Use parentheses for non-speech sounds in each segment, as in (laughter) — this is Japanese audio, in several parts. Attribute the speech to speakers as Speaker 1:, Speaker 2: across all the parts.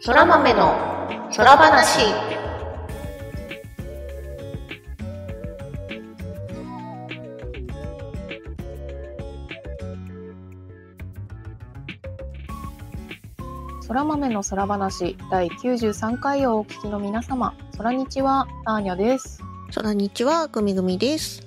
Speaker 1: そら豆の空話。
Speaker 2: 空豆の空話第93回をお聞きの皆様、空日はターニャです。
Speaker 1: そらにちは、ぐみぐみです。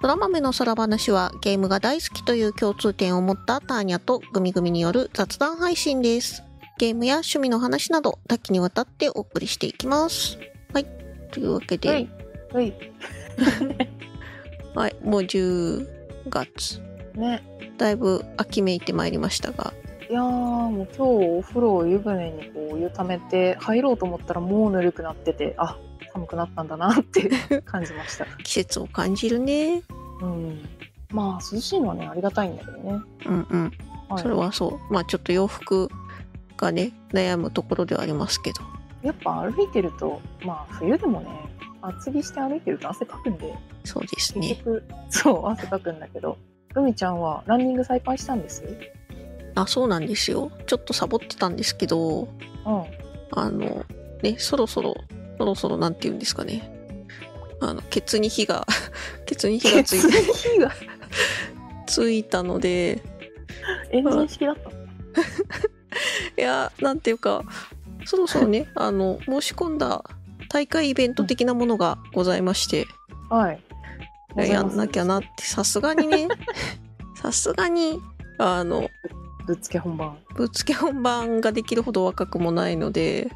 Speaker 1: そら豆の空話はゲームが大好きという共通点を持ったターニャとグミグミによる雑談配信です。ゲームや趣味の話など多岐にわたってお送りしていきます。はい。というわけで、
Speaker 2: は
Speaker 1: はいい。、
Speaker 2: はい、
Speaker 1: もう10月。
Speaker 2: ね。
Speaker 1: だいぶ秋めいてまいりましたが。
Speaker 2: いやー、もう今日お風呂を湯船にこうお湯ためて入ろうと思ったらもうぬるくなってて、あ、寒くなったんだなって
Speaker 1: (laughs)
Speaker 2: 感じました。
Speaker 1: 季節を感じるね。
Speaker 2: うん。まあ涼しいのはね、ありがたいんだけどね。
Speaker 1: うんうん。
Speaker 2: はい、
Speaker 1: それはそう。まあちょっと洋服がね、悩むところではありますけど。
Speaker 2: やっぱ歩いてると、まあ冬でもね、厚着して歩いてると汗かくんで、
Speaker 1: そうです
Speaker 2: 結
Speaker 1: ね。
Speaker 2: 局、そう、汗かくんだけど、海ちゃんはランニング再開したんです
Speaker 1: あ、そうなんですよ。ちょっとサボってたんですけど、
Speaker 2: うん。
Speaker 1: あの、ね、そろそろ、そろそろなんて言うんですかね。あの、ケツに火が、 (laughs) ケツに火がつい
Speaker 2: 火が
Speaker 1: ついたので、
Speaker 2: エンジン式だったの。
Speaker 1: いや、なんていうか、そろそろね、あの、申し込んだ大会イベント的なものがございまして、
Speaker 2: はい。
Speaker 1: いややんなきゃなっ。て、さすがにね、 (laughs) さすがに、あの、
Speaker 2: ぶっつけ本番。
Speaker 1: ぶっつけ本番ができるほど若くもないので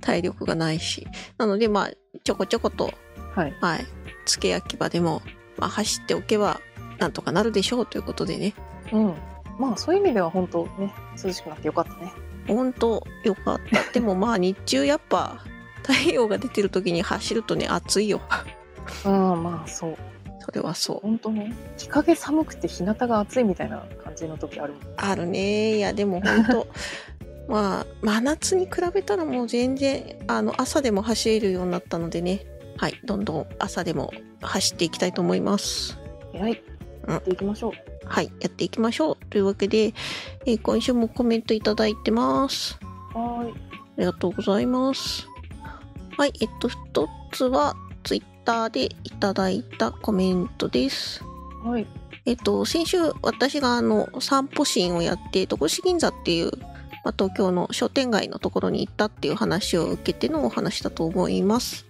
Speaker 1: 体力がないしなのでまあちょこちょこと
Speaker 2: はい。
Speaker 1: はいつけ焼き場でも、まあ、走っておけばなんとかなるでしょうということでね
Speaker 2: うん。まあそういう意味では本当ね、涼しくなってよかったね。
Speaker 1: 本当よかったでもまあ日中やっぱ太陽が出てる時に走るとね暑いよ
Speaker 2: うん、まあそう。
Speaker 1: それはそう
Speaker 2: 本当ね、日陰寒くて日向が暑いみたいな感じの時あるもん。
Speaker 1: あるねいやでも本当まあ真夏に比べたらもう全然あの朝でも走れるようになったのでねはいどんどん朝でも走っていきたいと思います
Speaker 2: 偉い。
Speaker 1: うん
Speaker 2: やっていきましょう。
Speaker 1: はいやっていきましょうというわけで、えー今週もコメントいただいてますあ
Speaker 2: はーい。
Speaker 1: りがとうございますはいえっと一つはツイッターでいただいたコメントです
Speaker 2: はい。
Speaker 1: えっと、先週私があの散歩シーンをやって戸越銀座っていう、まあ、東京の商店街のところに行ったっていう話を受けてのお話だと思います。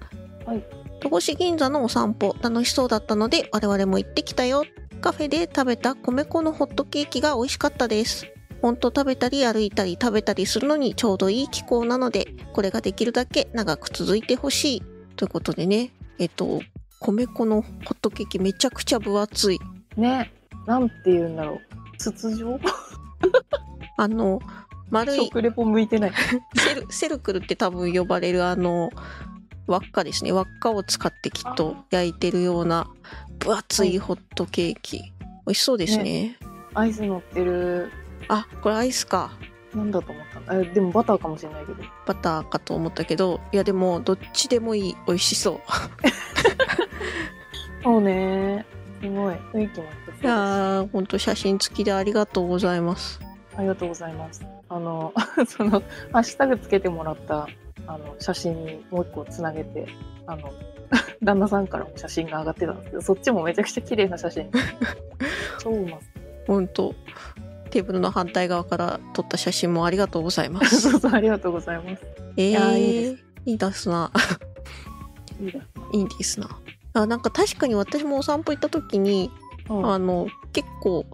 Speaker 2: はい、
Speaker 1: 戸越銀座のお散歩楽しそうだったので我々も行ってきたよ。カフェで食べた米粉のホットケーキが美味しかったです。ほんと食べたり歩いたり食べたりするのにちょうどいい気候なのでこれができるだけ長く続いてほしいということでねえっと米粉のホットケーキめちゃくちゃ分厚い
Speaker 2: ね。なんて言うんだろう。筒状
Speaker 1: あの丸い
Speaker 2: 食レポ向いてない。
Speaker 1: セルセルクルって多分呼ばれるあの輪っかですね輪っかを使ってきっと焼いてるような分厚いホットケーキ、美味しそうですね
Speaker 2: アイス乗ってる、
Speaker 1: あこれアイスか
Speaker 2: なんだと思ったのえ、でもバターかもしれないけど。
Speaker 1: バターかと思ったけどいやでもどっちでもいい美味しそう
Speaker 2: そうね。すごい。雰囲気も良
Speaker 1: い
Speaker 2: さ
Speaker 1: やーほんと写真付きでありがとうございます
Speaker 2: そうですありがとうございます。あの、 (laughs) その、ハッシュタグつけてもらった、あの、写真にもう一個つなげて、あの、 (laughs) 旦那さんからも写真が上がってたんですけど、そっちもめちゃくちゃ綺麗な写
Speaker 1: (laughs)
Speaker 2: 真。超うま
Speaker 1: ほんとテーブルの反対側から撮った写真もありがとうございま
Speaker 2: そう。
Speaker 1: す
Speaker 2: (laughs) そうそう、ありがとうございます。
Speaker 1: え
Speaker 2: やー
Speaker 1: ー、
Speaker 2: いいで
Speaker 1: いいですない
Speaker 2: いです。
Speaker 1: いいですなあなんか確かに私もお散歩行った時に
Speaker 2: うん、
Speaker 1: あの結構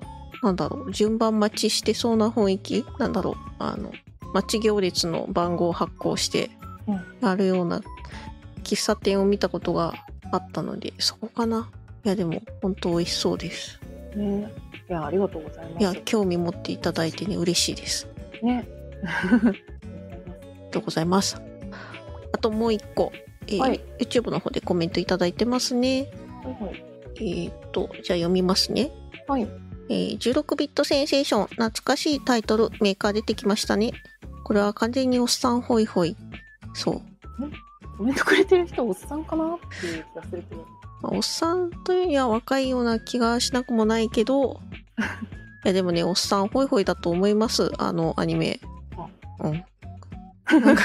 Speaker 1: なんだろう順番待ちしてそうな雰囲気なんだろうあの待ち行列の番号を発行して
Speaker 2: う
Speaker 1: あるような喫茶店を見たことがあったのでそこかないやでも本当美味しそうです
Speaker 2: ね。いや、ありがとうございます。
Speaker 1: いや興味持っていただいてね嬉しいですあ
Speaker 2: ね。 (laughs)
Speaker 1: りがとうございますあともう一個、えー
Speaker 2: はい
Speaker 1: YouTube の方でコメントいただいてますね
Speaker 2: はい
Speaker 1: えっ、とじゃあ読みますね
Speaker 2: はい。はい。
Speaker 1: えー16ビットセンセーション懐かしいタイトルメーカー出てきましたねこれは完全におっさんホイホイそう、
Speaker 2: コメントくれてる人、おっさんかなっていう気がするけど。
Speaker 1: まあおっさんというには若いような気がしなくもないけ
Speaker 2: (laughs)
Speaker 1: どいやでもねおっさんホイホイだと思いますあのアニメ
Speaker 2: あ
Speaker 1: うんなん
Speaker 2: (laughs)
Speaker 1: か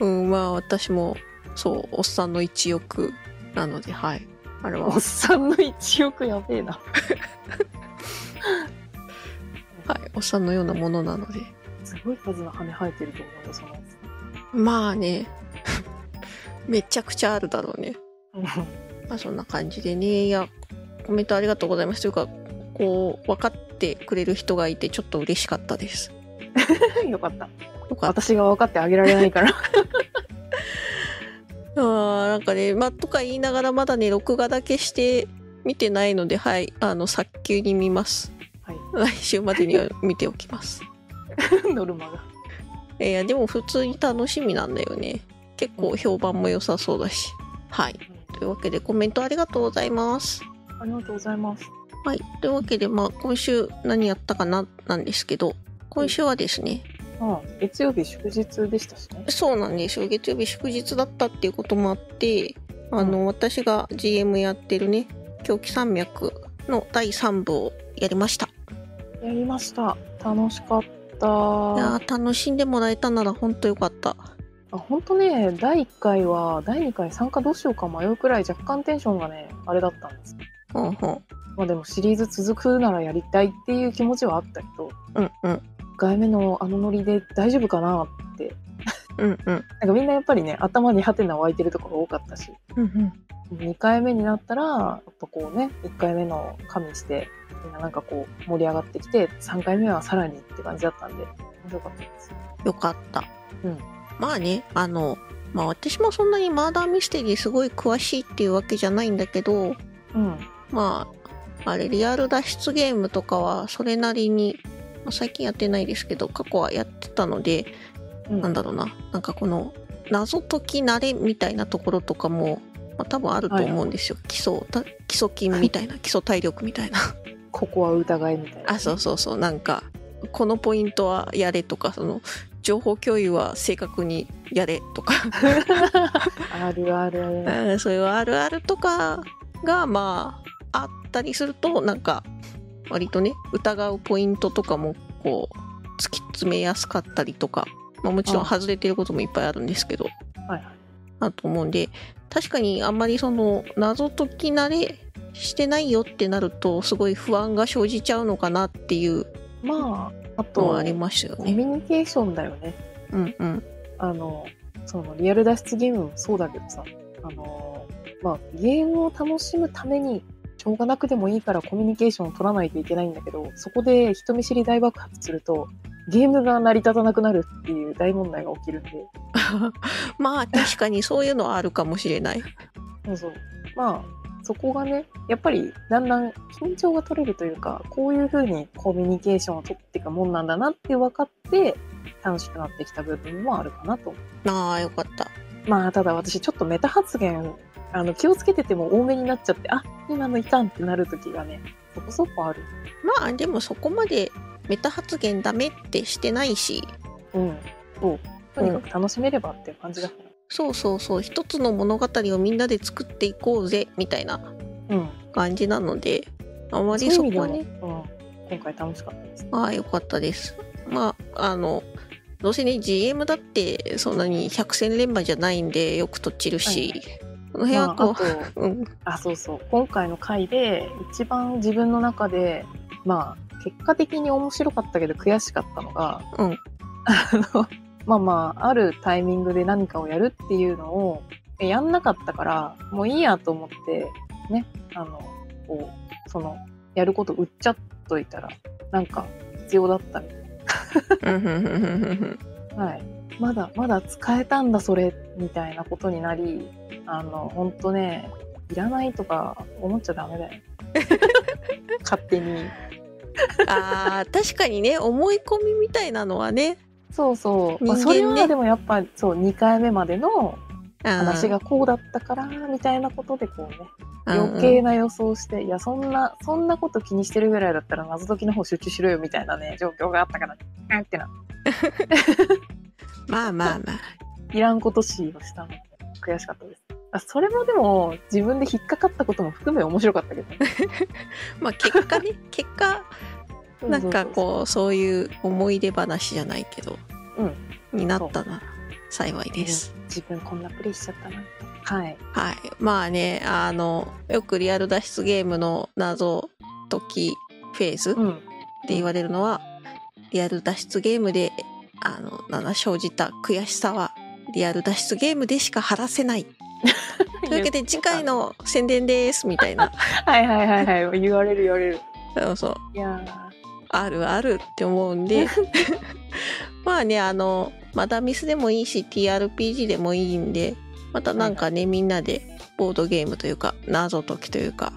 Speaker 1: うん、まあ私も、そう、おっさんの一欲なので、はい。あれは
Speaker 2: おっ、さんの一億やべえな。
Speaker 1: はい、おっさんのようなものなので。
Speaker 2: すごい数の羽生えてると思うよ、そのやつ。
Speaker 1: まあね、 (laughs) めちゃくちゃあるだろうね。
Speaker 2: うん
Speaker 1: まあそんな感じでね、いや、コメントありがとうございます。というか、こう、分かってくれる人がいて、ちょっと嬉しかったです。
Speaker 2: (laughs) よかった。
Speaker 1: よかった
Speaker 2: 私が分かってあげられないから。 (laughs)
Speaker 1: あーなんかね、まあ、とか言いながらまだね、録画だけして見てないので、はい、あの、早急に見ます。
Speaker 2: はい。
Speaker 1: 来週までには見ておきます。
Speaker 2: ノルマが。
Speaker 1: いや、でも普通に楽しみなんだよね。結構評判も良さそうだし。はい。というわけで、コメントありがとうございます。
Speaker 2: ありがとうございます。
Speaker 1: はい。というわけで、まあ、今週何やったかな、なんですけど、今週はですね、
Speaker 2: ああ、月曜日祝日でしたしね。
Speaker 1: そうなんですよ。月曜日祝日だったっていうこともあって、あの、私が GM やってるね、狂気山脈の第3部をやりました。
Speaker 2: やりました。楽しかった。
Speaker 1: いやー楽しんでもらえたなら本当よかった。
Speaker 2: あ本当ね、第1回は、第2回参加どうしようか迷うくらい若干テンションがね、あれだったんです。
Speaker 1: ほんほん。
Speaker 2: まあでもシリーズ続くならやりたいっていう気持ちはあったけど、
Speaker 1: うんうん。
Speaker 2: 1回目のあのノリで大丈夫かなって。
Speaker 1: うんうん。
Speaker 2: なんかみんなやっぱりね、頭にハテナ湧いてるところ多かったし、
Speaker 1: うんうん。
Speaker 2: 2回目になったら、やっぱこうね、1回目の加味して、みんななんかこう盛り上がってきて、3回目はさらにって感じだったんで、面白かったです。
Speaker 1: よかった。
Speaker 2: うん。
Speaker 1: まあね、あの、まあ私もそんなにマーダーミステリーすごい詳しいっていうわけじゃないんだけど、
Speaker 2: うん。
Speaker 1: まあ、あれ、リアル脱出ゲームとかはそれなりに、まあ、最近やってないですけど、過去はやってたので、
Speaker 2: うん、
Speaker 1: なんだろうな、なんかこの謎解き慣れみたいなところとかも、まあ、多分あると思うんですよ。基礎、た基礎筋みた (laughs) いな、基礎体力みたいな。
Speaker 2: ここは疑いみたいな。
Speaker 1: (laughs) あ、そうそうそう、なんか、このポイントはやれとか、その、情報共有は正確にやれとか、
Speaker 2: あるあるある。
Speaker 1: うんそういうあるあるとかが、まあ、あったりすると、なんか、割とね、疑うポイントとかも、こう、突き詰めやすかったりとか、まあ、もちろん外れてることもいっぱいあるんですけど、
Speaker 2: はいはい。
Speaker 1: だと思うんで確かにあんまりその謎解き慣れしてないよってなるとすごい不安が生じちゃうのかなっていう
Speaker 2: まあ、あ
Speaker 1: の
Speaker 2: と、
Speaker 1: はありましたよ
Speaker 2: コ
Speaker 1: ね。
Speaker 2: ミュニケーションだよね。
Speaker 1: うんうん
Speaker 2: あの、そのリアル脱出ゲームもそうだけどさ、あの、まあ、ゲームを楽しむために、しょうがなくでもいいからコミュニケーションを取らないといけないんだけど、そこで人見知り大爆発すると、ゲームが成り立たなくなるっていう大問題が起きるんで、
Speaker 1: まあ確かにそういうのはあるかもしれない。
Speaker 2: そうそう。まあ、そこがね、やっぱりだんだん緊張が取れるというか、こういうふうにコミュニケーションを取っていくもんなんだなって分かって、楽しくなってきた部分もあるかなと思
Speaker 1: ああよかった。
Speaker 2: う。まあ、ただ私ちょっとメタ発言、あの、気をつけてても多めになっちゃって、あ、今のいかんってなる時がね、そこそこある。
Speaker 1: まあでもそこまでメタ発言ダメってしてないし
Speaker 2: うん。そう。とにかく楽しめればっていう感じだか
Speaker 1: そうそうそう一つの物語をみんなで作っていこうぜみたいな
Speaker 2: ら。うん。
Speaker 1: 感じなのであま
Speaker 2: そ
Speaker 1: り
Speaker 2: ういう
Speaker 1: そ
Speaker 2: 意味
Speaker 1: こは
Speaker 2: では
Speaker 1: ね
Speaker 2: ね、うん。今回楽しかったです。
Speaker 1: ああ、よかったです。まあ、あの、どうせね、GM だってそんなに百戦錬磨じゃないんで、よくとちるし、この辺
Speaker 2: ま
Speaker 1: は
Speaker 2: あ、あ、
Speaker 1: ことう、うん、
Speaker 2: あそうそう今回の回で一番自分の中でまあ結果的に面白かったけど悔しかったのが
Speaker 1: うん、
Speaker 2: あのまあまああるタイミングで何かをやるっていうのをえやんなかったからもういいやと思ってねあのこうそのやること売っちゃっといたらなんか必要だったみたい
Speaker 1: うん、うん、うん、うんうん。
Speaker 2: な、はい、まだまだ使えたんだそれみたいなことになりあの本当ねいらないとか思っちゃダ
Speaker 1: (laughs)
Speaker 2: メだよ勝手に
Speaker 1: ああ、確かにね、思い込みみたいなのはね、
Speaker 2: そうそう、まあ、
Speaker 1: 人
Speaker 2: そ
Speaker 1: 間ね
Speaker 2: れはでもやっぱそう2回目までの
Speaker 1: 話
Speaker 2: 話がこうだったからみたいなことでこうね余
Speaker 1: うんう
Speaker 2: 計
Speaker 1: ん
Speaker 2: な予想をしていやそんなそんなこと気にしてるぐらいだったら謎解きの方集中しろよみたいなね状況があったからあんってな
Speaker 1: まあまあまあ。
Speaker 2: いらんことしをしたので悔しかったですあそれもでも自分で引っかかったことも含め面白かったけどね
Speaker 1: まあ結果 (laughs) ね、結果、なんかこう、そういう思い出話じゃないけど、
Speaker 2: うん
Speaker 1: になったなら幸いです。
Speaker 2: 自分こんなプレイしちゃったな。はい。
Speaker 1: はい。まあね、あの、よくリアル脱出ゲームの謎解きフェーズっ
Speaker 2: う
Speaker 1: て
Speaker 2: ん。
Speaker 1: 言われるのは、リアル脱出ゲームで、あの、なんだ、生じた悔しさは、リアル脱出ゲームでしか晴らせない。というわけで、次回。の宣伝です、みたい (laughs) な。
Speaker 2: はいはいはいはい。言われる言われる。
Speaker 1: そうそう。
Speaker 2: いや
Speaker 1: あるあるって思うん
Speaker 2: (laughs)
Speaker 1: で。まあね、あの、まだミスでもいいし、TRPG でもいいんで、またなんかね、みんなでボードゲームというか、謎解きというか、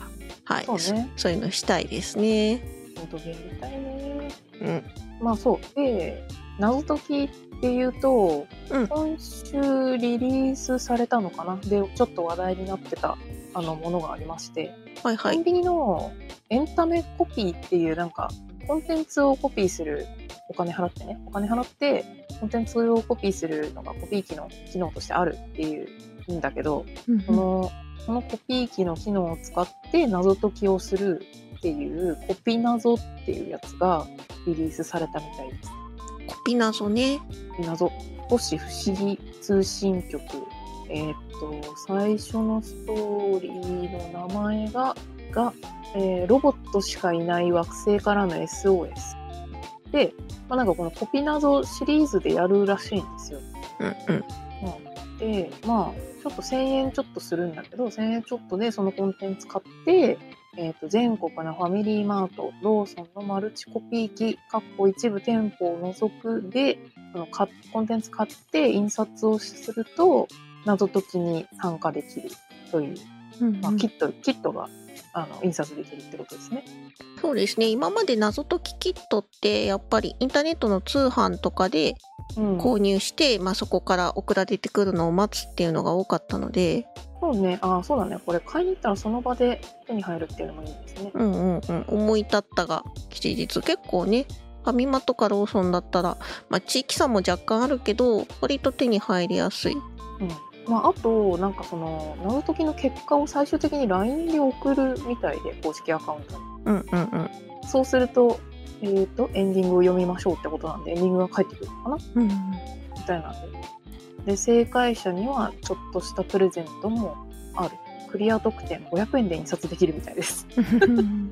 Speaker 1: はい。
Speaker 2: ー、そうね。
Speaker 1: そういうのしたいですね。
Speaker 2: ボードゲームみたいね。
Speaker 1: うん。
Speaker 2: まあそう。で、謎解きっていうと、
Speaker 1: うん
Speaker 2: 今週リリースされたのかなで、ちょっと話題になってたあのものがありまして、
Speaker 1: はいは
Speaker 2: コン
Speaker 1: い。
Speaker 2: ビニのエンタメコピーっていうなんか、コンテンツをコピーする、お金払ってね、お金払って、コンテンツをコピーするのがコピー機の機能としてあるっていうんだけど、このこのコピー機の機能を使って謎解きをするっていうコピ謎っていうやつがリリースされたみたいです。
Speaker 1: コピ謎ね。
Speaker 2: コピ謎星不思議通信局。えーっと最初のストーリーの名前がが、えーロボットしかいない惑星からの SOS で、まあ、なんかこのコピ謎シリーズでやるらしいんですよ。
Speaker 1: うんうん。
Speaker 2: でまあちょっと1,000円ちょっとするんだけど1,000円ちょっとでそのコンテンツ買って、えー、と全国のファミリーマートローソンのマルチコピー機かっこ一部店舗を除くでそのかコンテンツ買って印刷をすると謎解きに参加できるという、
Speaker 1: うん
Speaker 2: まあ、キットキットがあの印刷できるってことですね。
Speaker 1: そうですね。今まで謎解きキットって、やっぱりインターネットの通販とかで
Speaker 2: うん、
Speaker 1: 購入して、まあそこから送られてくるのを待つっていうのが多かったので、
Speaker 2: そうねあーそうだねこれ買いに行ったらその場で手に入るっていうのもいいですね。
Speaker 1: うんうんうん。思い立ったが吉日。結構ね、ファミマとかローソンだったら、まあ地域差も若干あるけど、割と手に入りやすい。
Speaker 2: うんまあ、あとなんかその謎解きの結果を最終的に LINE で送るみたいで公式アカウントに
Speaker 1: うんうんうん。
Speaker 2: そうすると,、えー、とエンディングを読みましょうってことなんでエンディングが返ってくるのかな
Speaker 1: うん
Speaker 2: みたいなんでで正解者にはちょっとしたプレゼントもあるクリア特典500円で印刷できるみたいです (laughs)
Speaker 1: うん。
Speaker 2: い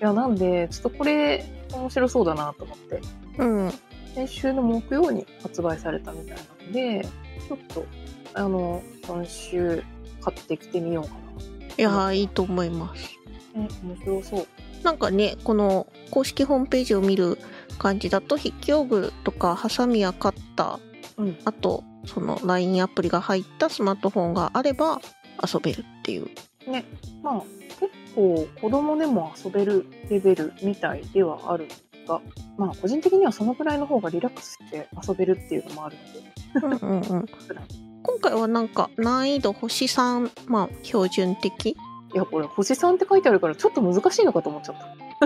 Speaker 2: やなんでちょっとこれ面白そうだなと思って
Speaker 1: うん。
Speaker 2: 先週の木曜に発売されたみたいなのでちょっとあの今週買ってきてみようかない
Speaker 1: やー、いいと思います。
Speaker 2: ね、面白そう。
Speaker 1: なんかねこの公式ホームページを見る感じだと筆記用具とかハサミやカッター、
Speaker 2: うん
Speaker 1: あとその LINE アプリが入ったスマートフォンがあれば遊べるって (laughs) いう
Speaker 2: まあ、結構子供でも遊べるレベルみたいではあるが、まあ、個人的にはそのくらいの方がリラックスして遊べるっていうのもあるので、
Speaker 1: うんうんうん今回はなんか難易度星3まあ標準的
Speaker 2: いや、これ、星さんって書いてあるから、ちょっと難しいのかと思っちゃっ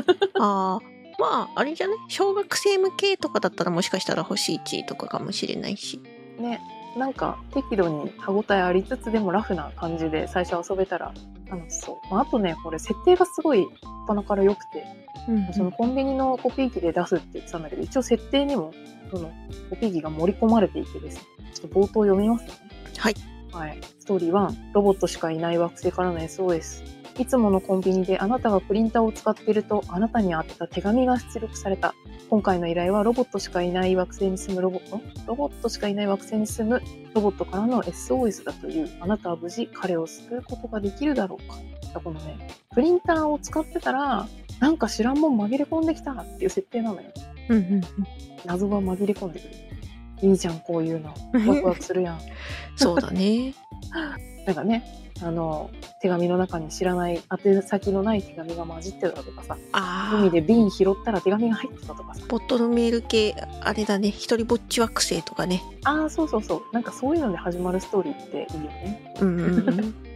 Speaker 2: た。
Speaker 1: あーまああれじゃない小学生向けとかだったらもしかしたら星1とかかもしれないし
Speaker 2: ね、なんか適度に歯応えありつつでもラフな感じで最初遊べたら楽しそう、まあ、あとねこれ設定がすごい立派から良くて
Speaker 1: うん
Speaker 2: そのコンビニのコピー機で出すって言ってたんだけど、一応設定にも、そのコピー機が盛り込まれていてですね、ちょっと冒頭読みますね。
Speaker 1: はい。
Speaker 2: はい。ストーリー1、ロボットしかいない惑星からの SOS。いつものコンビニであなたがプリンターを使っていると、あなたに宛てた手紙が出力された。今回の依頼はロボットしかいない惑星に住むロボット、ロボットしかいない惑星に住むロボットからの SOS だという、あなたは無事彼を救うことができるだろうか。このね、プリンターを使ってたら、なんか知らんもん紛れ込んできたっていう設定なのよ。
Speaker 1: うんうんうん
Speaker 2: 謎が紛れ込んでくる。いいじゃん、こういうの。ワクワクするやん。 (laughs)
Speaker 1: そうだね
Speaker 2: なんかね、あの、手紙の中に知らない、宛先のない手紙が混じってたとかさ、
Speaker 1: ああ
Speaker 2: 海で瓶拾ったら手紙が入ってたとかさ。
Speaker 1: ボトルメール系あれだね一人ぼっち惑星とかね
Speaker 2: ああ、そうそうそう。なんかそういうので始まるストーリーっていいよね。
Speaker 1: うんうんうん
Speaker 2: (laughs)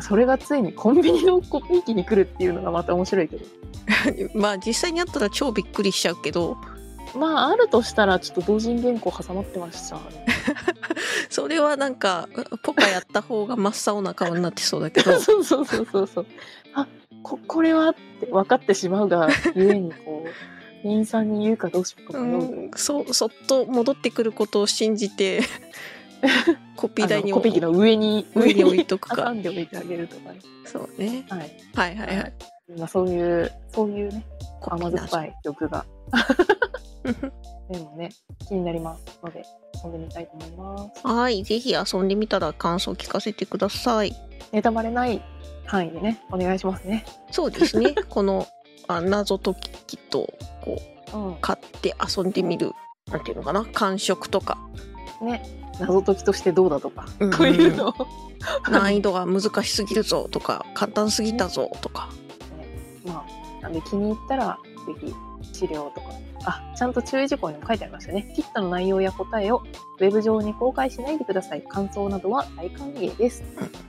Speaker 2: それがついにコンビニのコピー機に来るっていうのがまた面白いけど。 (laughs)
Speaker 1: まあ実際にあったら超びっくりしちゃうけど
Speaker 2: まあ、あるとしたら、ちょっと同人原稿挟まってましたね。
Speaker 1: それはなんかポカやった方が真っ青な顔になってそうだけど
Speaker 2: (laughs) そうそうそうそうそう。あここれはって分かってしまうがゆえにこう店員さんに言うかどうしようか
Speaker 1: う
Speaker 2: 迷うぐらい、
Speaker 1: ん、そそっと戻ってくることを信じ
Speaker 2: (laughs)
Speaker 1: てコピー台に
Speaker 2: あのコピー機の上に
Speaker 1: 上に置いとく
Speaker 2: 挟
Speaker 1: か
Speaker 2: んで置いてあげるとかね。
Speaker 1: そうね
Speaker 2: はい。
Speaker 1: はいはいはい
Speaker 2: まあそういうそういうね
Speaker 1: コピ
Speaker 2: 甘
Speaker 1: ー
Speaker 2: 酸
Speaker 1: な
Speaker 2: っ
Speaker 1: し
Speaker 2: ぱい曲がでもね気になりますので遊んでみたいと思います。
Speaker 1: はいぜひ遊んでみたら感想聞かせてください
Speaker 2: ネタバレない範囲でねお願いしますね。
Speaker 1: そうです
Speaker 2: (laughs)
Speaker 1: ねこのあ謎解きとこう
Speaker 2: うん。
Speaker 1: 買って遊んでみるなんていうのかな感触とか
Speaker 2: ね謎解きとしてどうだとか、
Speaker 1: うん
Speaker 2: こういうのを
Speaker 1: 難易度が難しすぎるぞとか簡単すぎたぞとか
Speaker 2: まあ、なんで気に入ったら、ぜひ資料とか、あ、ちゃんと注意事項にも書いてありましたね。キットの内容や答えをウェブ上に公開しないでください。感想などは大歓迎です。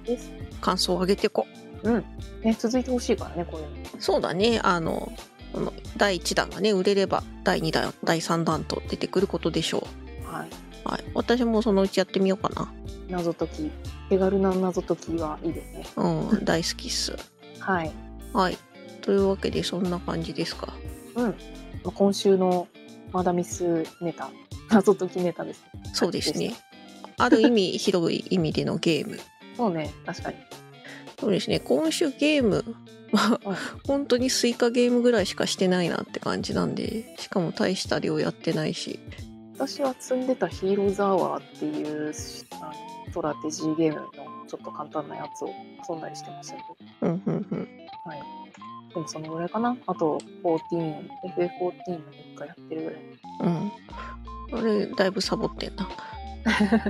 Speaker 2: です。
Speaker 1: 感想を上げてこ
Speaker 2: うん。ね、続いてほしいからね、こういうの。
Speaker 1: そうだねあのこの第1弾がね売れれば第2弾第3弾と出てくることでしょ
Speaker 2: はい。
Speaker 1: う、はい、私もそのうちやってみようかな
Speaker 2: 謎解き。手軽な謎解きはいいですね。
Speaker 1: うん大好きっす
Speaker 2: はい。
Speaker 1: はいというわけでそんな感じですか
Speaker 2: うん。まあ今週のマダミスネタ、謎解きネタです。
Speaker 1: そうです
Speaker 2: で
Speaker 1: ねある意味広い意味でのゲーム
Speaker 2: そうね、確かに。
Speaker 1: そうですね今週ゲームは
Speaker 2: うん
Speaker 1: 本当にスイカゲームぐらいしかしてないなって感じなんでしかも大した量やってないし
Speaker 2: 私は積んでたヒーローザワーっていうストラテジーゲームのちょっと簡単なやつを遊んだりしてましたけど、
Speaker 1: うんうんうん
Speaker 2: でもそのぐらいかな。あと、14、FF14 も一回やってるぐらい。
Speaker 1: うんあれだいぶサボって (laughs) んなは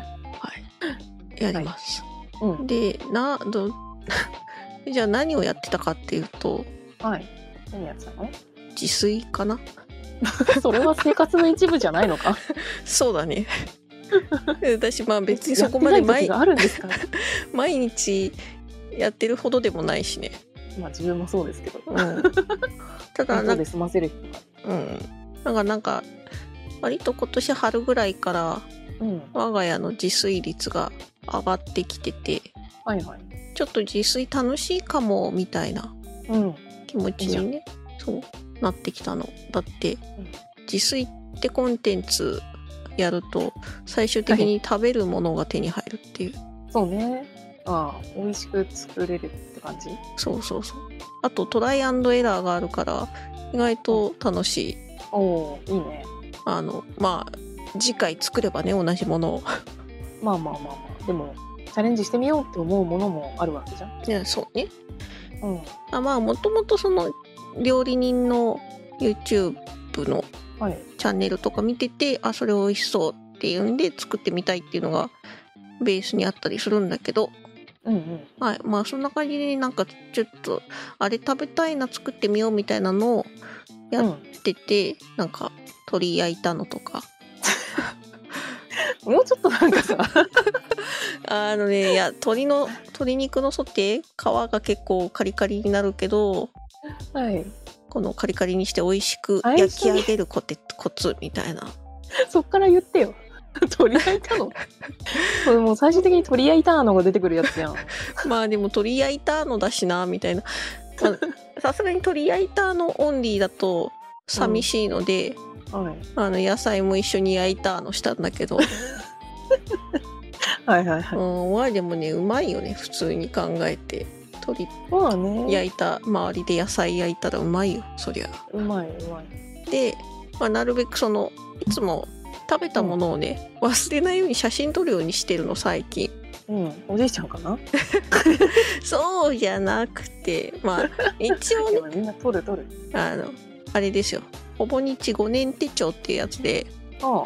Speaker 1: いやります、
Speaker 2: うん。
Speaker 1: でなど (laughs) じゃあ何をやってたかっていうと
Speaker 2: はい。何やってたの
Speaker 1: 自炊かな
Speaker 2: それは生活の一部じゃないのか
Speaker 1: そうだね (laughs) 私まあ (laughs) 別にそこまで
Speaker 2: やってない
Speaker 1: 毎
Speaker 2: 時があるんですか
Speaker 1: 毎日やってるほどでもないしね、
Speaker 2: (laughs) まあ自分もそうですけど。
Speaker 1: うん、ただな
Speaker 2: そうん
Speaker 1: か
Speaker 2: で済ませる人が。
Speaker 1: うん、なんかなんか割と今年春ぐらいから
Speaker 2: うん。
Speaker 1: 我が家の自炊率が上がってきてて
Speaker 2: はいはい。
Speaker 1: ちょっと自炊楽しいかもみたいな
Speaker 2: うん。
Speaker 1: 気持ちにねそうなってきたのだって
Speaker 2: うん
Speaker 1: 自炊ってコンテンツやると最終的に食べるものが手に入るっていう、
Speaker 2: そうね。ああ、美味しく作れるって感じ
Speaker 1: そうそうそうあとトライアンドエラーがあるから意外と楽しい
Speaker 2: おおいいね。
Speaker 1: あのまあ次回作ればね同じものを
Speaker 2: まあまあまあまあでもチャレンジしてみようって思うものもあるわけじゃん。
Speaker 1: ねそうね
Speaker 2: うん。
Speaker 1: あまあもともとその料理人の YouTube の
Speaker 2: はい。
Speaker 1: チャンネルとか見ててあそれ美味しそうっていうんで作ってみたいっていうのがベースにあったりするんだけど、
Speaker 2: うんうん。
Speaker 1: はい、まあそんな感じでなんかちょっとあれ食べたいな作ってみようみたいなのをや
Speaker 2: う
Speaker 1: っ
Speaker 2: ん、
Speaker 1: てて、なんか鶏焼いたのとか
Speaker 2: もうちょっとなんかさ
Speaker 1: あのねいや鶏の鶏肉のソテー皮が結構カリカリになるけど
Speaker 2: はい
Speaker 1: このカリカリにして美味しく
Speaker 2: あ
Speaker 1: 焼き上げるコテコツみたいな
Speaker 2: そっから言ってよ取り焼いたのこれもう最終的に取り焼いたのが出てくるやつやん
Speaker 1: まあでも鳥焼いたのだしなみたいなまあさすがに鳥焼いたのオンリーだと寂しいので、
Speaker 2: はい
Speaker 1: あの野菜も一緒に焼いたのしたんだけど、
Speaker 2: はいはい
Speaker 1: うんま
Speaker 2: はい
Speaker 1: あでもねうまいよね普通に考えて鳥
Speaker 2: まあね
Speaker 1: 焼いた周りで野菜焼いたらうまいよそりゃ。
Speaker 2: うまいうまい
Speaker 1: で、まあ、なるべくそのいつも食べたものをね忘れないように写真撮るようにしてるの最近。
Speaker 2: うんおじいちゃんかな
Speaker 1: そうじゃなくてまあ一応
Speaker 2: で
Speaker 1: ね
Speaker 2: もみんな取る取る
Speaker 1: あの、あれですよ。ほぼ日5年手帳っていうやつで、
Speaker 2: あ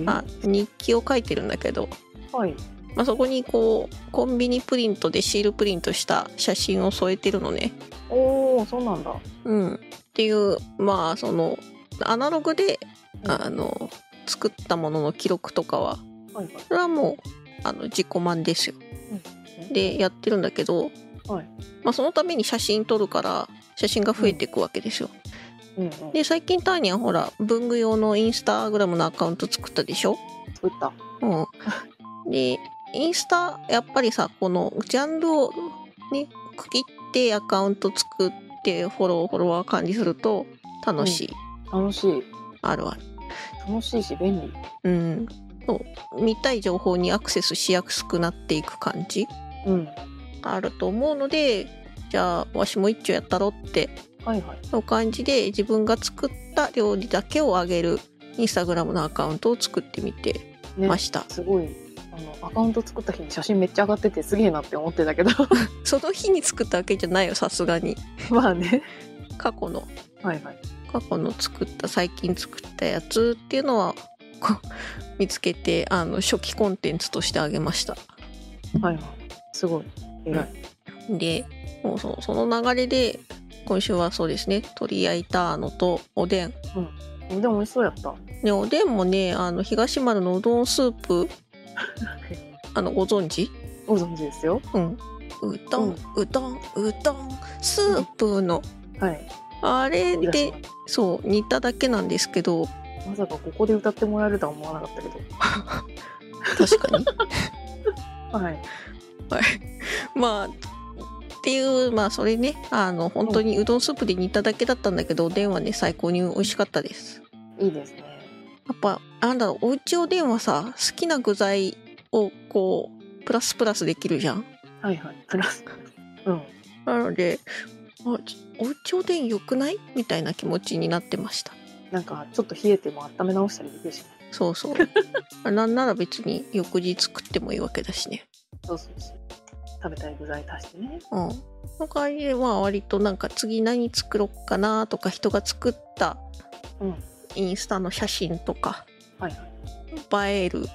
Speaker 1: まあ、日記を書いてるんだけど、
Speaker 2: あはい
Speaker 1: まあ、そこにこう、コンビニプリントでシールプリントした写真を添えてるのね。
Speaker 2: おおそうなんだ
Speaker 1: うん。っていう、まあ、その、アナログで、
Speaker 2: うん
Speaker 1: あの、作ったものの記録とかは、
Speaker 2: はいはい
Speaker 1: それはもう、あの、自己満ですよ
Speaker 2: うん。
Speaker 1: で、やってるんだけど、
Speaker 2: はい
Speaker 1: まあ、そのために写真撮るから、写真が増えていくわけですよ。
Speaker 2: うんうん
Speaker 1: で最近ターニャンほら文具用のインスタグラムのアカウント作ったでしょ
Speaker 2: 作った
Speaker 1: うん。でインスタやっぱりさこのジャンルをね区切ってアカウント作ってフォローフォロワー管理すると楽しい
Speaker 2: 楽しい。
Speaker 1: あるある。
Speaker 2: 楽しいし便利。
Speaker 1: うん。そう見たい情報にアクセスしやすくなっていく感じ
Speaker 2: うん。
Speaker 1: があると思うので、じゃあわしも一丁やったろって
Speaker 2: はいはい。
Speaker 1: の感じで自分が作った料理だけをあげるインスタグラムのアカウントを作ってみて
Speaker 2: ね
Speaker 1: ました、
Speaker 2: すごい。あの、アカウント作った日に写真めっちゃ上がっててすげえなって思ってたけど。 (laughs)
Speaker 1: その日に作ったわけじゃないよさすがに
Speaker 2: まあね。
Speaker 1: 過去の
Speaker 2: はいはい。
Speaker 1: 過去の作った最近作ったやつっていうのは (laughs) こう見つけてあの初期コンテンツとしてあげました
Speaker 2: はいはい。すごい。偉い。
Speaker 1: でもうそうその流れで今週はそうですね鶏焼いたのとおでん
Speaker 2: でも美味しそうやった。 (laughs)
Speaker 1: でおでんもねあの東丸のうどんスープあのご存知
Speaker 2: ご存知ですよ。
Speaker 1: うん、うど
Speaker 2: うん
Speaker 1: ん、うどん、うどん、スープの、
Speaker 2: はい。
Speaker 1: あれ
Speaker 2: いらっしゃい
Speaker 1: で
Speaker 2: ま、し
Speaker 1: そう、煮ただけなんですけど、
Speaker 2: たまさかここで歌ってもらえるとは思わなかったけど。
Speaker 1: 確かに。
Speaker 2: はい。
Speaker 1: (laughs) まあ、っていう、まあ、それね、あの、本当にうどんスープで煮ただけだったんだけど、おでんはね、最高に美味しかったです。
Speaker 2: いいですね。
Speaker 1: やっぱ、なんだろう、おうちおでんはさ、好きな具材を、こう、プラスプラスできるじゃん。
Speaker 2: はいはい。プラス。 (laughs) うん。
Speaker 1: なので、あちおうちおでん良くないみたいな気持ちになってました。
Speaker 2: なんかちょっと冷えても温め直したりできるし、ね。
Speaker 1: そう (laughs) そう。なんなら別に翌日食ってもいいわけだしね。
Speaker 2: そうそうそう。食べたい具材足してね。
Speaker 1: うん。その代わりでまあ割となんか次何作ろっかなとか人が作った
Speaker 2: うん。
Speaker 1: インスタの写真とか
Speaker 2: はいはい。 (laughs)
Speaker 1: 映える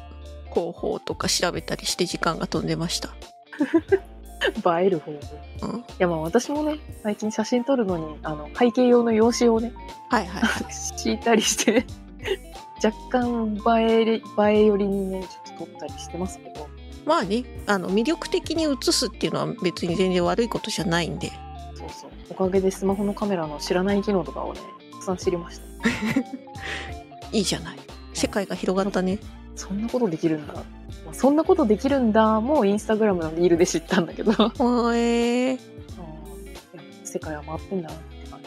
Speaker 1: 広報とか調べたりして時間が飛んでました。
Speaker 2: 映える方法。い
Speaker 1: うん。
Speaker 2: やまあ私もね、最近写真撮るのに、あの、背景用の用紙をね、
Speaker 1: はいはい。
Speaker 2: 敷いたりして、 (laughs) 若干映えれ、映え寄りにね、ちょっと撮ったりしてますけど、
Speaker 1: (laughs) まあね、あの魅力的に写すっていうのは別に全然悪いことじゃないんで。
Speaker 2: そうそう。おかげでスマホのカメラの知らない機能とかをね、たくさん知りました。
Speaker 1: いいじゃない。世界が広がったね。
Speaker 2: そんなことできるんだ。まあそんなことできるんだもうインスタグラムのリールで知ったんだけ (laughs) ど、うん
Speaker 1: おえー。
Speaker 2: 世界は回ってんだなって感じ。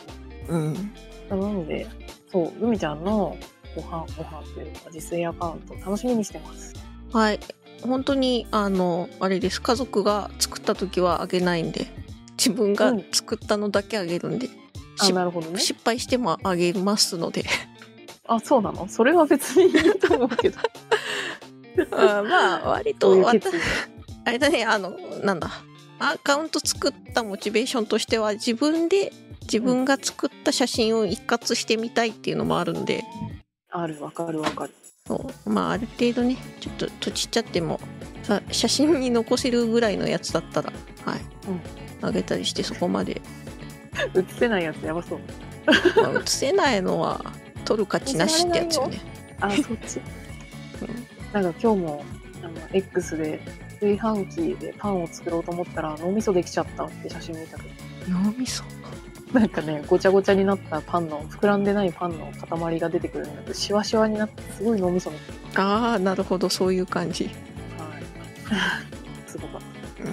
Speaker 1: うん。
Speaker 2: なので、そう、ぐみちゃんのご飯、ご飯というか、自炊アカウント楽しみにしてます。
Speaker 1: はい。本当に、あの、あれです。家族が作った時はあげないんで、自分が
Speaker 2: うん
Speaker 1: 作ったのだけあげるんで、
Speaker 2: あ、
Speaker 1: し
Speaker 2: なるほどね。
Speaker 1: 失敗してもあげますので。
Speaker 2: あ、そうなのそれは別にいいと思うけど。
Speaker 1: (laughs) あまあ、割
Speaker 2: (laughs) どう
Speaker 1: と、
Speaker 2: いう
Speaker 1: わた
Speaker 2: 決意
Speaker 1: あれだね、あの、なんだ。アカウント作ったモチベーションとしては、自分で、自分が作った写真を一括してみたいっていうのもあるんで、
Speaker 2: ある、わかる、わかる。
Speaker 1: そうまあ、ある程度ね、ちょっと、とちっちゃっても、さ写真に残せるぐらいのやつだったら、はい。
Speaker 2: うん
Speaker 1: あげたりして、そこまで
Speaker 2: 映せないやつやばそう。
Speaker 1: まあ、映せないのは取る価値なしってやつよね。
Speaker 2: あ、そっち。なんか今日も、あの、X で、炊飯器でパンを作ろうと思ったら脳みそできちゃったって写真見たけど、
Speaker 1: 脳みそ
Speaker 2: なんかね、ごちゃごちゃになったパンの、膨らんでないパンの塊が出てくるんだけど、シワシワになって、すごい脳みそみたい
Speaker 1: ああなるほどそういう感じ。
Speaker 2: (laughs) はい。すごかっ
Speaker 1: うん、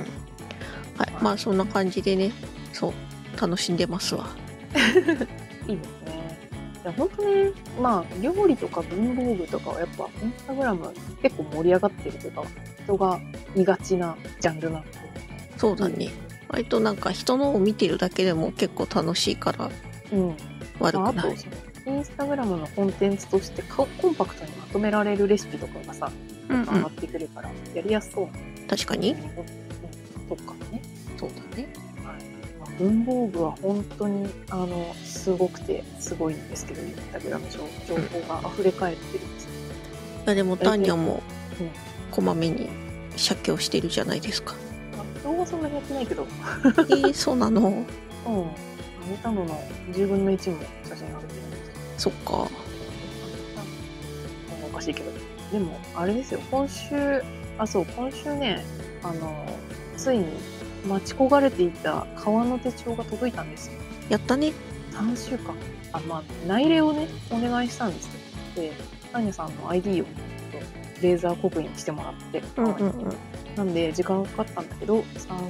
Speaker 1: はいまあそんな感じでねそう楽しんでますわ。
Speaker 2: た。いいですね。いや、本当ね、まあ、料理とか文房具とかはやっぱ、インスタグラム結構盛り上がってるというか、人がいがちなジャンルなんで。
Speaker 1: そうだね割となんか人のを見てるだけでも結構楽しいから
Speaker 2: うん。
Speaker 1: 悪
Speaker 2: まあ、あ
Speaker 1: く
Speaker 2: と
Speaker 1: ない。、
Speaker 2: インスタグラムのコンテンツとしてココンパクトにまとめられるレシピとかがさ、
Speaker 1: うんう
Speaker 2: 上がっ
Speaker 1: ん、
Speaker 2: てくるから、やりやすそうな
Speaker 1: 確かに
Speaker 2: とかね。
Speaker 1: そうだね。
Speaker 2: まあ文房具は本当にあのすごくてすごいんですけどインスタグラム上情報が溢れ返ってるんです、
Speaker 1: いやでもターニャも
Speaker 2: うん
Speaker 1: こまめに写経してるじゃないです (laughs) か。
Speaker 2: まあ、動画そんなにやってないけど、うん、
Speaker 1: えー、そうなの
Speaker 2: あげたのの10分の1も写真上げてるんですけ
Speaker 1: そっか。
Speaker 2: どなんかおかしいけどでもあれですよ今週あそう今週ねあのついに待ち焦がれていた川の手帳が届いたんですよ
Speaker 1: やったね。
Speaker 2: 3週間あまあ内例をねお願いしたんですよでアンニャさんの ID をちょっとレーザー刻印してもらって、
Speaker 1: うんうんうん。
Speaker 2: なんで時間かかったんだけど3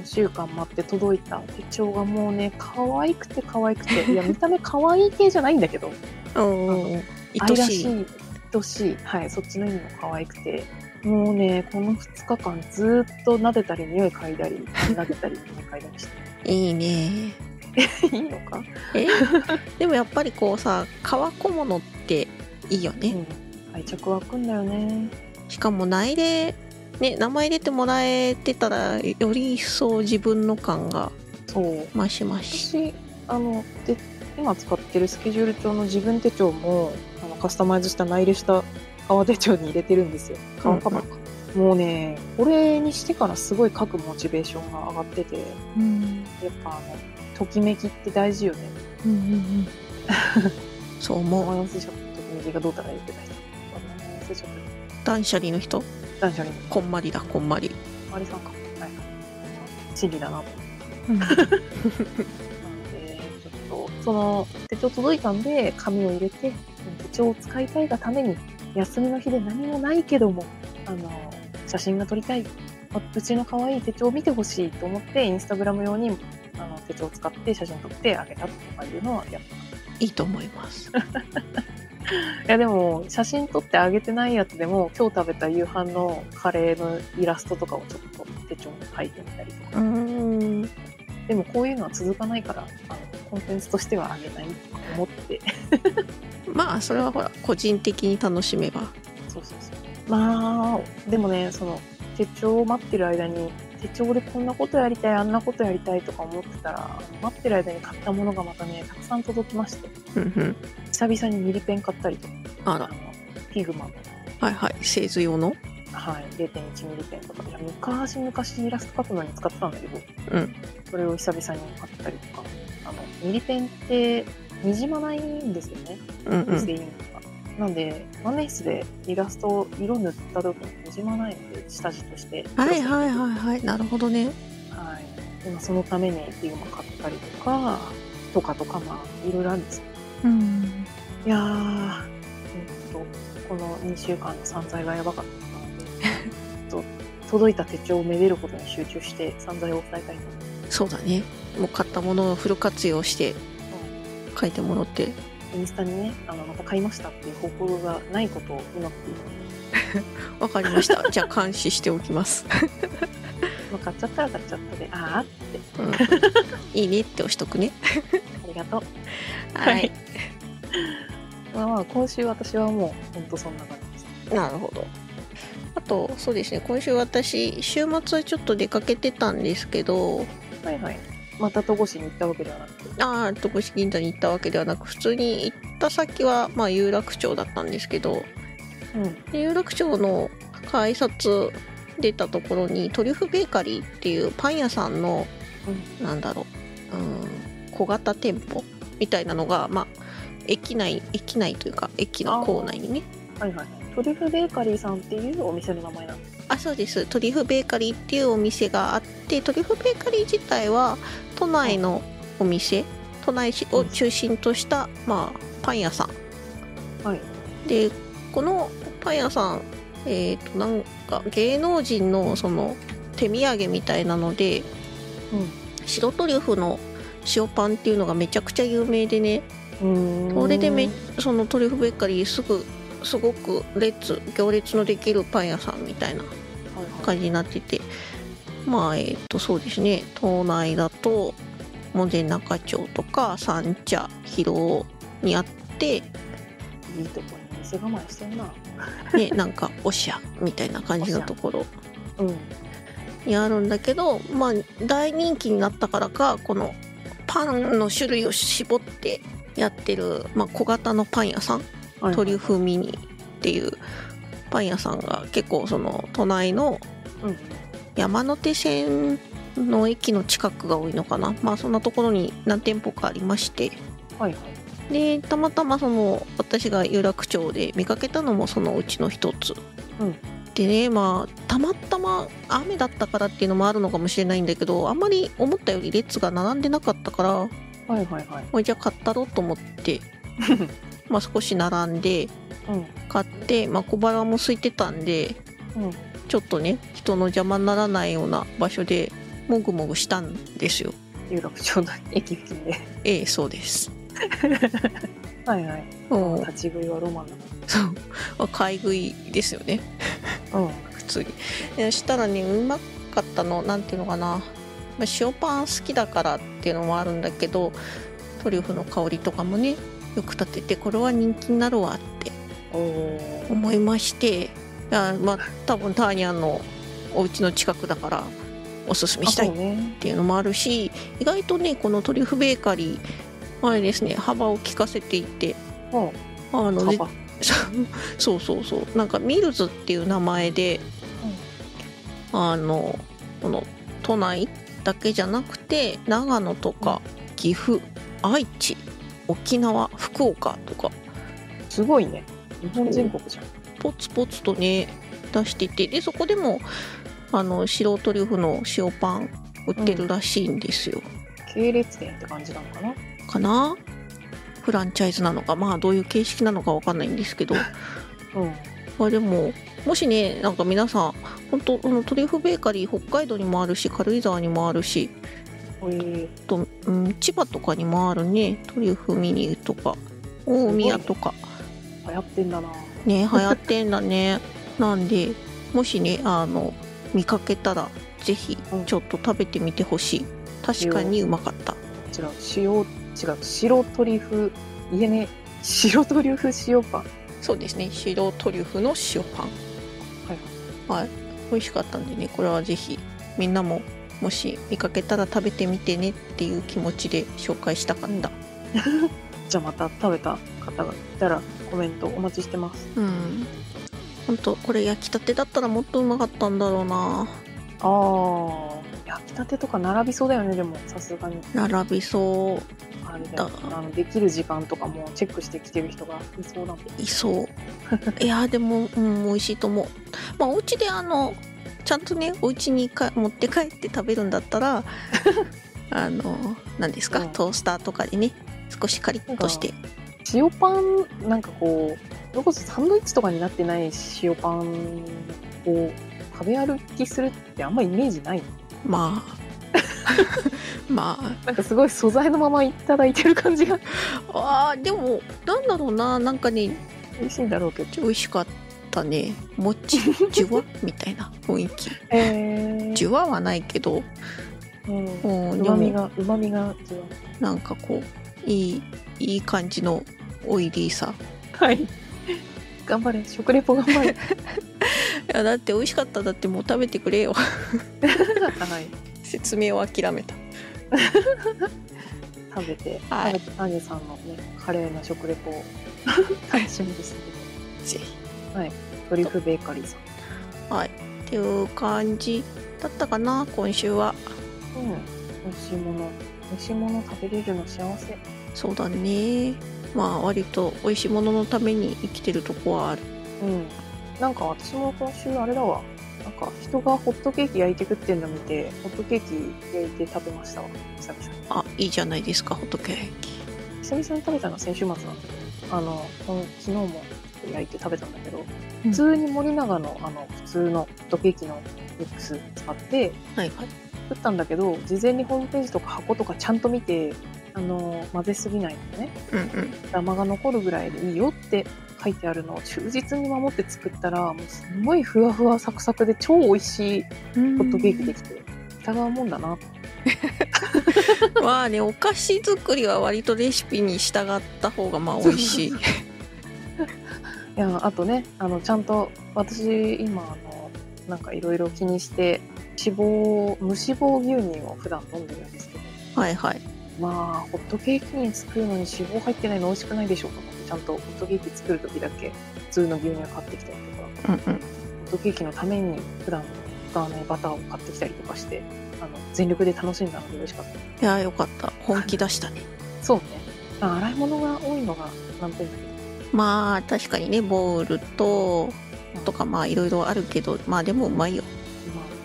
Speaker 2: 週間待って届いた手帳がもうね可愛くて可愛くていや見た目可愛い系じゃないんだけど
Speaker 1: おお
Speaker 2: 愛
Speaker 1: 愛
Speaker 2: ら
Speaker 1: し
Speaker 2: し
Speaker 1: い。
Speaker 2: い愛しいはいそっちの意味も可愛くてもうねこの2日間ずーっと撫でたり匂い嗅いだり撫でたり匂い嗅いだりして
Speaker 1: いいね。
Speaker 2: いいのか、
Speaker 1: え (laughs) でもやっぱりこうさ乾くものっていいよ
Speaker 2: う
Speaker 1: ね。
Speaker 2: ん、愛着湧くんだよね
Speaker 1: しかも苗で、ね、名前入れてもらえてたらより一層自分の感が
Speaker 2: そう
Speaker 1: 増しますし。
Speaker 2: 私あので今使ってるスケジュール帳の自分手帳もあのカスタマイズした内入れした革手帳に入れてるんですよ革カバーか、もうねこれにしてからすごい書くモチベーションが上がっててや
Speaker 1: うん
Speaker 2: っぱあのときめきって大事よね
Speaker 1: うんうんうん、そう
Speaker 2: ワ
Speaker 1: 思う
Speaker 2: ンスショットと右がどうたら言ってた人。ワンスショット
Speaker 1: 断捨離の人
Speaker 2: 男女に、
Speaker 1: こんまりだこんまり、
Speaker 2: ありさんか。はい。真理だなと思って。なので、ちょっと、その、手帳届いたんで、紙を入れて、手帳を使いたいがために、休みの日で何もないけども、あの、写真が撮りたい。あうちの可愛い手帳を見てほしいと思って、インスタグラム用に、あの、手帳を使って写真撮ってあげたとかいうのはやっ
Speaker 1: (laughs) いいと思います
Speaker 2: いやでも写真撮ってあげてないやつでも今日食べた夕飯のカレーのイラストとかをちょっと手帳に書いてみたりとか
Speaker 1: うん
Speaker 2: でもこういうのは続かないからあのコンテンツとしてはあげないと思って
Speaker 1: まあそれはほら個人的に楽しめば
Speaker 2: そうそうそうまあでもねその手帳を待ってる間に手帳でこんなことやりたいあんなことやりたいとか思ってたら待ってる間に買ったものがまたねたくさん届きまして
Speaker 1: うんうん
Speaker 2: 久々にミリペン買ったりとか
Speaker 1: あ
Speaker 2: あ
Speaker 1: ら
Speaker 2: のフィグマの
Speaker 1: はいはい製図用の
Speaker 2: はい、0.1ミリペンとかいや昔昔イラスト描くのに使ってたんだけど、
Speaker 1: うん
Speaker 2: それを久々に買ったりとかあのミリペンってにじまないんですよね
Speaker 1: うんう
Speaker 2: 水
Speaker 1: ん
Speaker 2: でいいのか、なんで万年筆でイラストを色塗った時ににじまないので下地として
Speaker 1: はいはいはいはいなるほどね
Speaker 2: はい今そのためにっていうのを買ったりとかとかとかまあいろいろあるんですよ
Speaker 1: うん
Speaker 2: いやー、えっと、この2週間の散財がやばかったので、えっと届いた手帳をめでることに集中して散財を抑えたいと思います。
Speaker 1: そうだねもう買ったものをフル活用して書いてもらって
Speaker 2: インスタにね、あの、また買いましたっていう報告がないことをうまく、
Speaker 1: わかりま (laughs) したじゃあ監視しておきます、
Speaker 2: まあ、買っちゃったら買っちゃったで、ああって、
Speaker 1: うん、いいねって押しとくね
Speaker 2: ありがとう。
Speaker 1: はい。
Speaker 2: まあまあ、今週私はもう、ほんとそんな感じです。
Speaker 1: なるほど。あとそうですね今週私週末はちょっと出かけてたんですけど
Speaker 2: はいはい。また戸越に行ったわけではなくて、
Speaker 1: ああ戸越銀座に行ったわけではなく普通に行った先は、まあ、有楽町だったんですけど
Speaker 2: うん。
Speaker 1: で有楽町の改札出たところにトリュフベーカリーっていうパン屋さんの、なんだろううん小型店舗みたいなのが、まあ、駅内駅内というか駅の構内にね
Speaker 2: はいはい。トリュフベーカリーさんっていうお店の名前なんです。
Speaker 1: あそうですトリュフベーカリーっていうお店があってトリュフベーカリー自体は都内のお店都内市を中心とした、まあ、パン屋さん
Speaker 2: はい。
Speaker 1: でこのパン屋さんえっ、となんか芸能人のその手土産みたいなので白トリュフの塩パンっていうのがめちゃくちゃ有名でね
Speaker 2: うん。うーん
Speaker 1: これでめそのトリュフベーカリーすぐすごく列行列のできるパン屋さんみたいな
Speaker 2: はいはい
Speaker 1: 感じになっててまあえっ、とそうですね島内だと門前仲町とか三茶広尾にあって、
Speaker 2: いいとこに店構えしてんな。
Speaker 1: ね、なんかおしゃみたいな感じのところ
Speaker 2: うん。
Speaker 1: にあるんだけどまあ大人気になったからかこのパンの種類を絞ってやってる、まあ、小型のパン屋さんトリュ。フミニっていうパン屋さんが結構その都内の
Speaker 2: うん。
Speaker 1: 山手線の駅の近くが多いのかなまあそんなところに何店舗かありまして
Speaker 2: はいはい。
Speaker 1: でたまたまその私が有楽町で見かけたのもそのうちの一つ、
Speaker 2: うん
Speaker 1: でねまあたまたま雨だったからっていうのもあるのかもしれないんだけどあんまり思ったより列が並んでなかったから
Speaker 2: はいはいはい。
Speaker 1: もうじゃあ買ったろうと思っ
Speaker 2: (laughs)
Speaker 1: て、まあ、少し並んで
Speaker 2: う
Speaker 1: 買って、まあ、小腹も空いてたんで
Speaker 2: ん。うん。
Speaker 1: ちょっとね人の邪魔にならないような場所でもぐもぐしたんですよ
Speaker 2: 有楽町の駅付近で。 (laughs)
Speaker 1: ええそうです
Speaker 2: はいはい。
Speaker 1: うん
Speaker 2: 立ち食いはロマンだ
Speaker 1: そうあ買い食いですよね
Speaker 2: な。うん。
Speaker 1: 普通にでしたらねうまかったのなんていうのかなまあ塩パン好きだからっていうのもあるんだけどトリュフの香りとかもねよく立ててこれは人気になるわって
Speaker 2: おお。
Speaker 1: 思いましてあまあ多分ターニャンのお家の近くだからおすすめしたい
Speaker 2: あそうね
Speaker 1: っ。ていうのもあるし意外とねこのトリュフベーカリー前ですね幅を利かせていて
Speaker 2: うん。
Speaker 1: あの
Speaker 2: 幅。
Speaker 1: (laughs) そうそうそうそうなんかミルズっていう名前で、あのこの都内だけじゃなくて長野とか岐阜愛知沖縄福岡とか
Speaker 2: すごいね。日本全国じゃん。
Speaker 1: ポツポツとね出していてでそこでもあの白トリュフの塩パン売ってるらしいんですよ、
Speaker 2: 系列店って感じなのかな。
Speaker 1: かなフランチャイズなのかまあどういう形式なのかわかんないんです (laughs) けど
Speaker 2: うん。
Speaker 1: まあでももしねなんか皆さん本当あのトリュフベーカリー北海道にもあるし軽井沢にもあるし
Speaker 2: おえ
Speaker 1: あと、うん、千葉とかにもあるねトリュフミニとか大宮とか
Speaker 2: 流行ってんだな。
Speaker 1: ね流行ってんだ (laughs) ねなんでもしねあの見かけたらぜひ
Speaker 2: うん
Speaker 1: ちょっと食べてみてほしい確かにうまかった
Speaker 2: 違う塩違う白トリュフ言えねえ白トリュフ塩パン
Speaker 1: そうですね白トリュフの塩パン
Speaker 2: はい
Speaker 1: はい、美味しかったんでねこれはぜひみんなももし見かけたら食べてみてねっていう気持ちで紹介したかった
Speaker 2: じゃあまた食べた方がいたらコメントお待ちしてます
Speaker 1: うん本当これ焼きたてだったらもっとうまかったんだろうな
Speaker 2: あー焼きたてとか並びそうだよねでもさすがに
Speaker 1: 並びそう
Speaker 2: あれだよ
Speaker 1: だ
Speaker 2: あのできる時間とかもチェックしてきてる人がいそうだもん
Speaker 1: いそういやでも、うん、美味しいと思うまあお家であのちゃんとねお家にか持って帰って食べるんだったらあの何ですか、
Speaker 2: うん
Speaker 1: トースターとかでね少しカリッとして
Speaker 2: 塩パンなんかこうそれこそサンドイッチとかになってない塩パンを食べ歩きするってあんまイメージない
Speaker 1: まあまあ
Speaker 2: なんかすごい素材のままいただいてる感じが
Speaker 1: あーでもなんだろうななんかね
Speaker 2: (laughs) 美味しいんだろうけど
Speaker 1: 美味しかったねもっちじゅわみたいな雰囲気
Speaker 2: え
Speaker 1: じゅわはないけど
Speaker 2: う
Speaker 1: うん
Speaker 2: ん、
Speaker 1: で
Speaker 2: うまみ
Speaker 1: も
Speaker 2: がうまみが違う
Speaker 1: なんかこういいいい感じのオイリーさ
Speaker 2: はい頑張れ食レポ頑張れ
Speaker 1: いやだって美味しかっただってもう食べてくれよ (laughs)
Speaker 2: はい
Speaker 1: 説明を諦めた
Speaker 2: 食べて、
Speaker 1: はい
Speaker 2: 食べてアンジュさんのね華麗な食レ (laughs) ポを楽しみですね
Speaker 1: ぜひ
Speaker 2: トリュフベーカリーさん
Speaker 1: はいっていう感じだったかな今週は
Speaker 2: うん美味しいもの美味しいもの食べれるの幸せ
Speaker 1: そうだねまあ割と美味しいもののために生きてるとこはある
Speaker 2: うんなんか私も今週あれだわなんか人がホットケーキ焼いて食ってんの見てホットケーキ焼いて食べましたわ久々に
Speaker 1: あいいじゃないですかホットケーキ
Speaker 2: 久々に食べたのは先週末なんだけどあのこの昨日も焼いて食べたんだけど、普通に森永のあの普通のホットケーキのミックス使って
Speaker 1: はいはい
Speaker 2: 作ったんだけど事前にホームページとか箱とかちゃんと見てあの混ぜすぎないのね
Speaker 1: うんうん
Speaker 2: ダマが残るぐらいでいいよって書いてあるのを忠実に守って作ったらもうすごいふわふわサクサクで超美味しいホットケーキできて疑うもんだな
Speaker 1: まあねお菓子作りは割とレシピに従った方がまあ美味 (laughs) しい
Speaker 2: いやあとねあのちゃんと私今あのなんかいろいろ気にして脂肪無脂肪牛乳を普段飲んでるんですけど
Speaker 1: はいはい
Speaker 2: まあホットケーキに作るのに脂肪入ってないの美味しくないでしょうかと思ってちゃんとホットケーキ作る時だけ普通の牛乳買ってきたりとか
Speaker 1: うんうん
Speaker 2: ホットケーキのために普段使わないバターを買ってきたりとかしてあの全力で楽しんだので美味しかった
Speaker 1: いやよかった本気出したね
Speaker 2: そうねまあ洗い物が多いのが難点だけど
Speaker 1: まあ確かにねボールととかまあいろいろあるけどまあでもうまいよ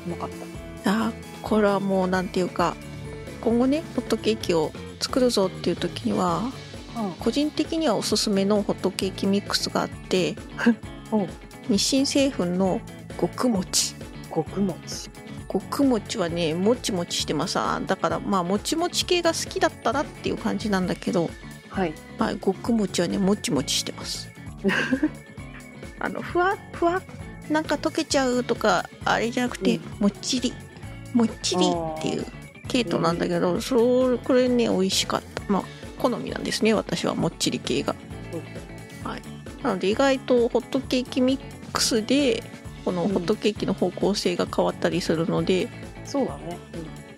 Speaker 2: まあうまかった
Speaker 1: あこれはもうなんていうか今後ねホットケーキを作るぞっていう時には個人的にはおすすめのホットケーキミックスがあ (laughs) って
Speaker 2: うんお
Speaker 1: 日清製粉の極餅
Speaker 2: 極餅
Speaker 1: 極餅はねもちもちしてますあだからまあもちもち系が好きだったらっていう感じなんだけど
Speaker 2: はい。
Speaker 1: はい、極餅はねもちもちしてます (laughs) あのふわふわなんか溶けちゃうとかあれじゃなくて、
Speaker 2: うん
Speaker 1: もっちりもっちりっていう系統なんだけど、そうこれね美味しかったまあ好みなんですね私はもっちり系がなので意外とホットケーキミックスでこの
Speaker 2: うん
Speaker 1: ホットケーキの方向性が変わったりするので、
Speaker 2: そうだね。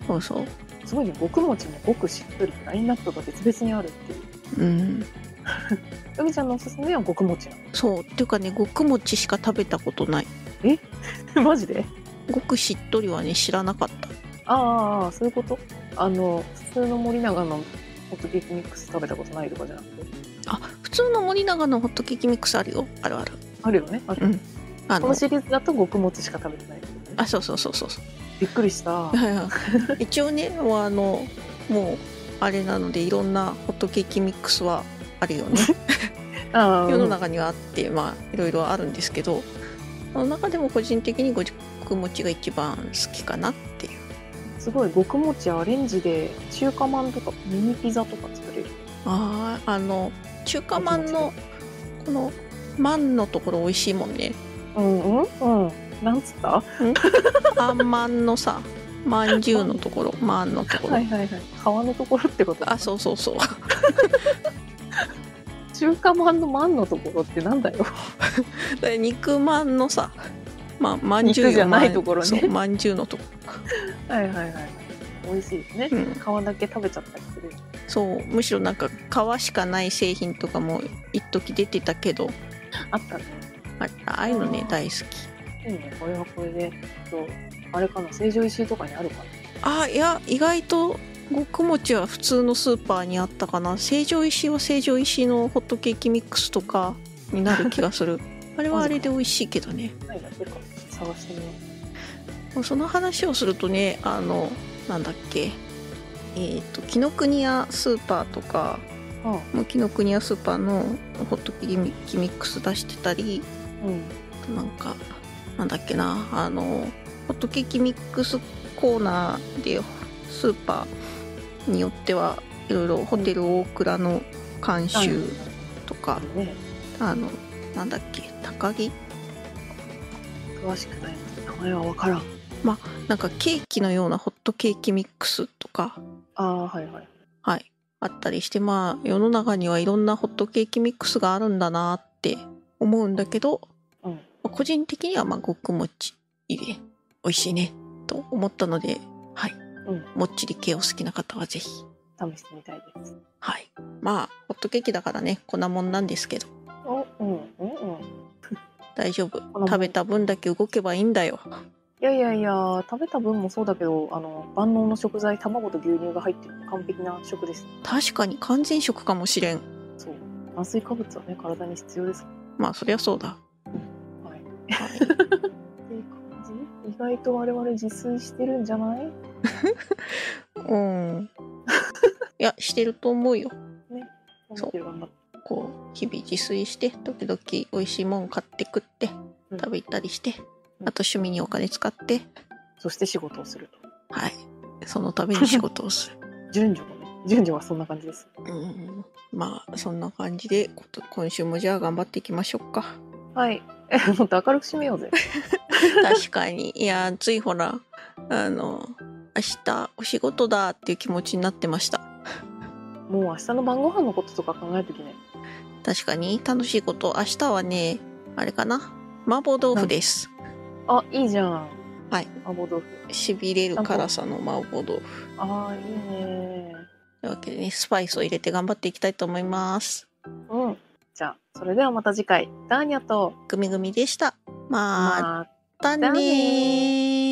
Speaker 1: そうそう
Speaker 2: うん。すごいね、極餅もごくしっとり、ラインナップが別々にあるっていう。
Speaker 1: うん
Speaker 2: 海ちゃんのおすすめは極餅な
Speaker 1: そうっていうかね極餅しか食べたことない
Speaker 2: の。 (laughs) マジで
Speaker 1: ごくしっとりはね知らなかった
Speaker 2: ああああ、そういうことあの、普通の森永のホットケーキミックス食べたことないとかじゃなくて。
Speaker 1: あ普通の森永のホットケーキミックスあるよあるある
Speaker 2: あるよね。ある
Speaker 1: うんあ
Speaker 2: こ
Speaker 1: の
Speaker 2: のシリーズだと極餅しか食べてないってことね。
Speaker 1: あそうそうそうそうそ
Speaker 2: びっくりした
Speaker 1: う。はいはい一応ねもうあのもうあれなのでいろんなホットケーキミックスはあるよね
Speaker 2: ああ
Speaker 1: 世の中にはあってまあいろいろあるんですけどその中でも個人的にごくもちが一番好きかなっていう
Speaker 2: すごい極餅アレンジで中華まんとかミニピザとか作れる
Speaker 1: あああの中華まんのこのまんのところ美味しいもんね
Speaker 2: うんうんうんなんつったは
Speaker 1: あんまんのさまんじゅうのところまんのところ、
Speaker 2: いはいはい皮のところってこと
Speaker 1: あそうそうそう (laughs)
Speaker 2: 中華まんのまんのところってなんだよ
Speaker 1: で肉まんのさままんじゅうよ
Speaker 2: 肉じゃないところね
Speaker 1: まんそうまんじゅうのとこ
Speaker 2: はいはいはい美味しいですね
Speaker 1: ろ、うん、
Speaker 2: 皮だけ食べちゃったりする
Speaker 1: そうむしろなんか皮しかない製品とかも一時出てたけど
Speaker 2: あったね
Speaker 1: あああいうのね
Speaker 2: あー
Speaker 1: 大好き
Speaker 2: いいねこれはこれでそうあれかな成城石井とかにあるかな
Speaker 1: あいや意外と極餅は普通のスーパーにあったかな成城石井は成城石井のホットケーキミックスとかになる気が
Speaker 2: (laughs)
Speaker 1: するあれはあれで美味しいけどね
Speaker 2: ないだけか探してみよ
Speaker 1: もうその話をするとねあのなんだっけえっ、と紀ノ国屋スーパーとか
Speaker 2: うあ
Speaker 1: もう紀ノ国屋スーパーのホットケーキミックス出してたり
Speaker 2: うん
Speaker 1: なんかなんだっけなあのホットケーキミックスコーナーでスーパーによってはいろいろホテル大倉の監修と
Speaker 2: あ
Speaker 1: か
Speaker 2: るね
Speaker 1: あのなんだっけ高木
Speaker 2: 詳しくない名前は分からん
Speaker 1: なんかケーキのようなホットケーキミックスとか
Speaker 2: ああはいはい
Speaker 1: はい、あったりしてまあ世の中にはいろんなホットケーキミックスがあるんだなって思うんだけど、
Speaker 2: うん
Speaker 1: まあ個人的にはまあ極餅入れ美味しいねと思ったのではい、
Speaker 2: うん
Speaker 1: もっちり系を好きな方はぜひ
Speaker 2: 試してみたいです
Speaker 1: はいまあホットケーキだからねこんなもんなんですけど
Speaker 2: おうんうんうん
Speaker 1: 大丈夫
Speaker 2: もん
Speaker 1: 食べた分だけ動けばいいんだよ
Speaker 2: いやいやいや、食べた分もそうだけど、あの万能の食材、卵と牛乳が入ってるので完璧な食です。
Speaker 1: 確かに完全食かもしれん
Speaker 2: そう、炭水化物はね、体に必要です。
Speaker 1: まあそりゃそうだ
Speaker 2: はい。っていう感じ。意外と我々自炊してるんじゃない？
Speaker 1: うん
Speaker 2: (laughs)
Speaker 1: いやしてると思うよそう
Speaker 2: 頑張ってる頑張って
Speaker 1: こう日々自炊して時々美味しいもん買って食って
Speaker 2: うん
Speaker 1: 食べ行ったりして、
Speaker 2: うん
Speaker 1: あと趣味にお金使って
Speaker 2: そして仕事をすると。
Speaker 1: はいそのために仕事をす
Speaker 2: (laughs)
Speaker 1: る
Speaker 2: 順序もね、順序はそんな感じです。
Speaker 1: うんまあそんな感じでこと今週もじゃあ頑張っていきましょうか
Speaker 2: はい。え (laughs) もっと明るく締め (laughs) ようぜ。
Speaker 1: 確か
Speaker 2: (laughs)
Speaker 1: にいやついほらあの明日お仕事だっていう気持ちになってました
Speaker 2: もう明日の晩ご飯のこととか考えるときね。
Speaker 1: 確かに楽しいこと明日はねあれかな麻婆豆腐です
Speaker 2: あ、いいじゃん。
Speaker 1: はい。
Speaker 2: 麻婆豆腐。
Speaker 1: しびれる辛さの麻婆豆腐
Speaker 2: ああ、いいね。
Speaker 1: というわけでねスパイスを入れて頑張っていきたいと思います
Speaker 2: うん。じゃあ、それではまた次回。ダーニャと。
Speaker 1: グミグミでしたまあ
Speaker 2: まあ
Speaker 1: またねー